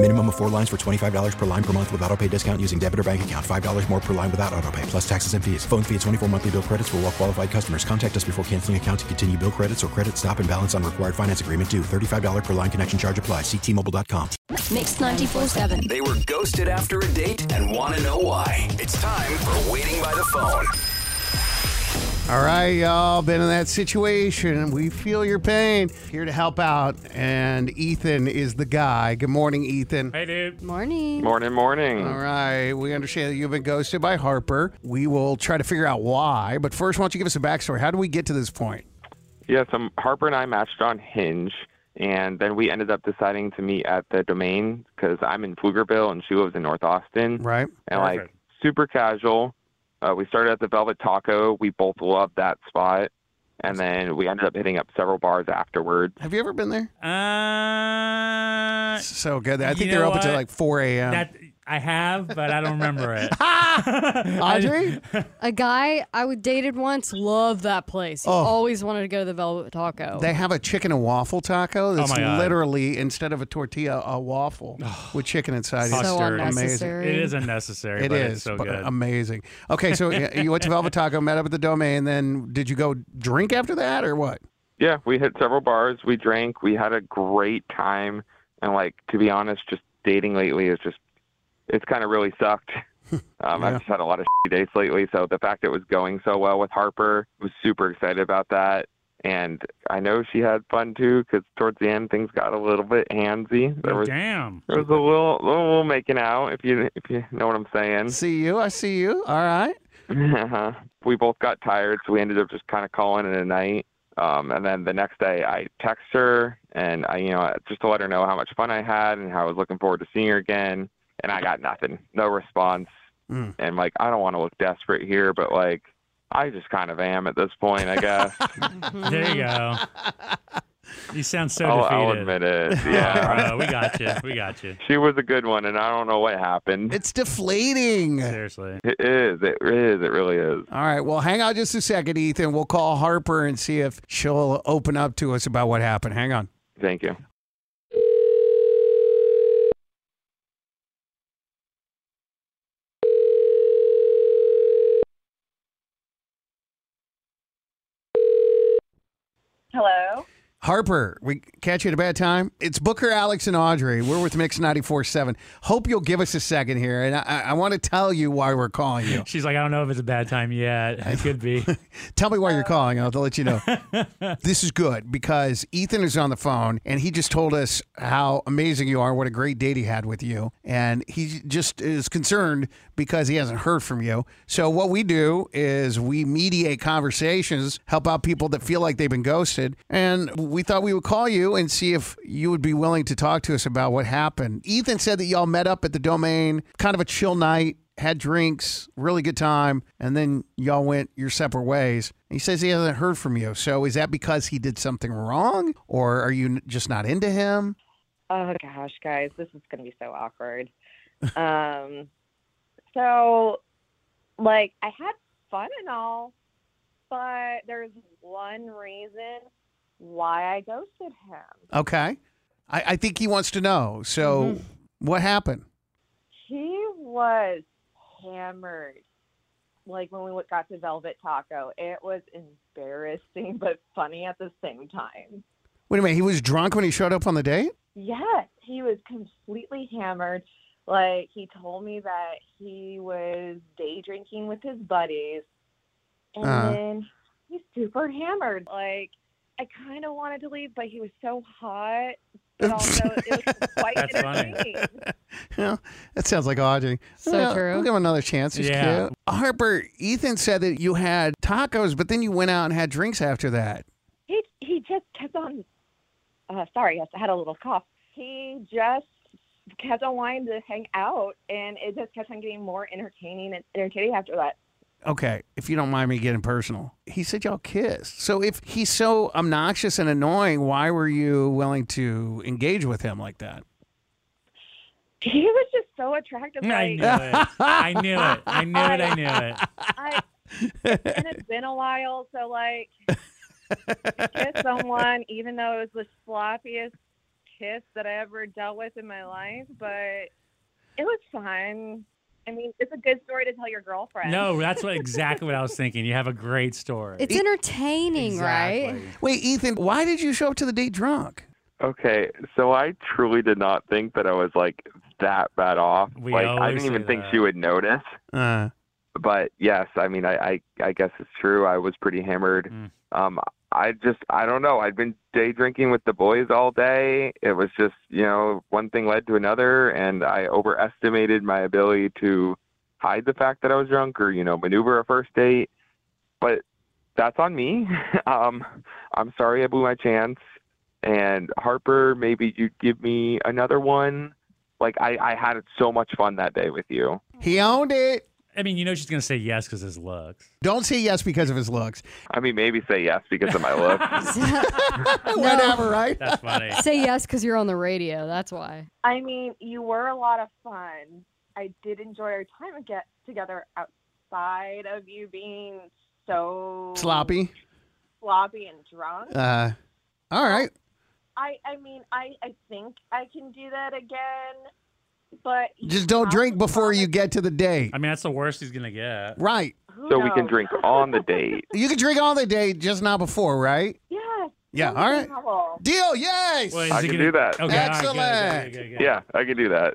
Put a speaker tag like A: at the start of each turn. A: Minimum of four lines for $25 per line per month with auto pay discount using debit or bank account. $5 more per line without auto pay, plus taxes and fees. Phone fee at 24 monthly bill credits for all well qualified customers. Contact us before canceling account to continue bill credits or credit stop and balance on required finance agreement due. $35 per line connection charge applies. Ctmobile.com.
B: Mix 94.7.
C: They were ghosted after a date and want to know why. It's time for Waiting by the Phone.
D: All right, y'all, been in that situation. We feel your pain. Here to help out. And Ethan is the guy. Good morning, Ethan.
E: Hey, dude.
B: Morning.
F: Morning, morning.
D: All right, we understand that you've been ghosted by Harper. We will try to figure out why. But first, why don't you give us a backstory? How did we get to this point?
F: Yeah, so um, Harper and I matched on Hinge, and then we ended up deciding to meet at the domain because I'm in Pflugerville and she lives in North Austin.
D: Right.
F: And like
E: Perfect.
F: super casual. Uh, we started at the Velvet Taco. We both loved that spot, and then we ended up hitting up several bars afterwards.
D: Have you ever been there?
E: Uh,
D: So good. I
E: You
D: think they're
E: know
D: open till
E: what?
D: like 4 a.m.
E: that I have, but I don't remember it.
D: Ah! Audrey?
B: A guy I would dated once loved that place. He always wanted to go to the Velvet Taco.
D: They have a chicken and waffle taco that's
E: Oh my God.
D: literally instead of a tortilla, a waffle with chicken inside.
E: So
D: It's
B: so
E: Mustard.
B: unnecessary.
E: it is unnecessary,
D: It
E: but
D: is
E: it's so
D: but
E: good.
D: amazing. Okay, so yeah, you went to Velvet Taco, met up at the Domain, then did you go drink after that or what?
F: Yeah, we hit several bars. We drank. We had a great time, and like to be honest, just dating lately is just it's kind of really sucked. Um,
D: Yeah.
F: I've just had a lot of shitty dates lately, so the fact it was going so well with Harper I was super excited about that. And I know she had fun too, because towards the end things got a little bit handsy. There
E: Oh,
F: was
E: damn.
F: there was a little little, little making out, if you if you know what I'm saying.
D: See you, I see you. All right.
F: Uh-huh. we both got tired, so we ended up just kind of calling it a night. Um, and then the next day, I text her and I, you know, just to let her know how much fun I had and how I was looking forward to seeing her again. And I got nothing, no response.
D: Mm.
F: And like, I don't want to look desperate here, but like, I just kind of am at this point, I guess.
E: There you go. You sound so
F: I'll,
E: defeated.
F: I'll admit it.
E: Yeah,
F: Yeah.
E: bro, we got you. We got you.
F: she was a good one, and I don't know what happened.
D: It's deflating. All
E: Seriously.
F: It is. It is. It really is.
D: right, well, hang on just a second, Ethan. We'll call Harper and see if she'll open up to us about what happened. Hang on.
F: Thank you.
G: Hello.
D: Harper, we catch you at a bad time. It's Booker, Alex, and Audrey. We're with Mix 94.7. Hope you'll give us a second here, and I, I- I want to tell you why we're calling you.
E: She's like, I don't know if it's a bad time yet. It could be.
D: tell me why you're calling. I'll let you know. this is good because Ethan is on the phone, and he just told us how amazing you are, what a great date he had with you, and he just is concerned because he hasn't heard from you. So what we do is we mediate conversations, help out people that feel like they've been ghosted, and we thought we would call you and see if you would be willing to talk to us about what happened. Ethan said that y'all met up at the domain, kind of a chill night had drinks, really good time, and then y'all went your separate ways. He says he hasn't heard from you. So is that because he did something wrong, or are you n- just not into him?
G: Oh gosh, guys, this is gonna be so awkward. um, so, like, I had fun and all, but there's one reason why I ghosted him.
D: Okay, I, I think he wants to know. So
G: Mm-hmm.
D: what happened?
G: He was hammered. Like when we got to Velvet Taco, it was embarrassing but funny at the same time.
D: Wait a minute, he was drunk when he showed up on the date.
G: Yes, he was completely hammered. Like he told me that he was day drinking with his buddies, and
D: Uh-huh.
G: then he's super hammered. Like I kind of wanted to leave, but he was so hot. but also it was quite
D: That's funny.
G: entertaining.
D: Yeah, that sounds like Audrey.
G: So
D: Yeah,
G: true.
D: We'll give him another chance. He's
E: Yeah.
D: cute. Harper, Ethan said that you had tacos, but then you went out and had drinks after that.
G: He he just kept on. Uh, sorry, I had a little cough. He just kept on wanting to hang out, and it just kept on getting more entertaining and entertaining after that.
D: Okay, if you don't mind me getting personal, he said y'all kissed. So if he's so obnoxious and annoying, why were you willing to engage with him like that?
G: He was just so attractive.
E: I
G: like-
E: knew it. I knew it. I knew it. I knew it.
G: I, and it's been a while, so like, to kiss someone, even though it was the sloppiest kiss that I ever dealt with in my life, but it was fun. I mean, it's a good story to tell your girlfriend.
E: No, that's what exactly what I was thinking. You have a great story.
B: It's entertaining, right?
D: E- Wait, Ethan, why did you show up to the date drunk?
F: Okay, so I truly did not think that I was like that bad off.
D: We
F: like I
D: always
F: didn't
D: say
F: even think
D: that.
F: she would notice.
D: Uh,
F: But yes, I mean I I, I guess it's true. I was pretty hammered. Um I just I don't know. I'd been day drinking with the boys all day. It was just, you know, one thing led to another and I overestimated my ability to hide the fact that I was drunk or, you know, maneuver a first date. But that's on me. um I'm sorry I blew my chance. And Harper, maybe you'd give me another one. Like I, I had so much fun that day with you.
D: He owned it.
E: I mean, you know she's gonna say yes because his looks.
D: Don't say yes because of his looks.
F: I mean, maybe say yes because of my look.
D: Whatever, right?
E: That's funny.
B: Say yes because you're on the radio. That's why.
G: I mean, you were a lot of fun. I did enjoy our time to get together outside of you being so
D: Sloppy.
G: sloppy and drunk.
D: Uh, all right.
G: I I mean, I I think I can do that again, but
D: Just don't drink before you get to the date.
E: I mean, that's the worst he's gonna get.
D: Right.
F: so we can drink on the date.
D: You can drink all the date, just not before, right?
G: yeah.
D: Yeah. All right. Deal. Yes.
E: Well, is
F: I
E: he
F: can
E: gonna-
F: do that.
E: Okay, all right, good, good, good, good, good.
F: Yeah, I can do that.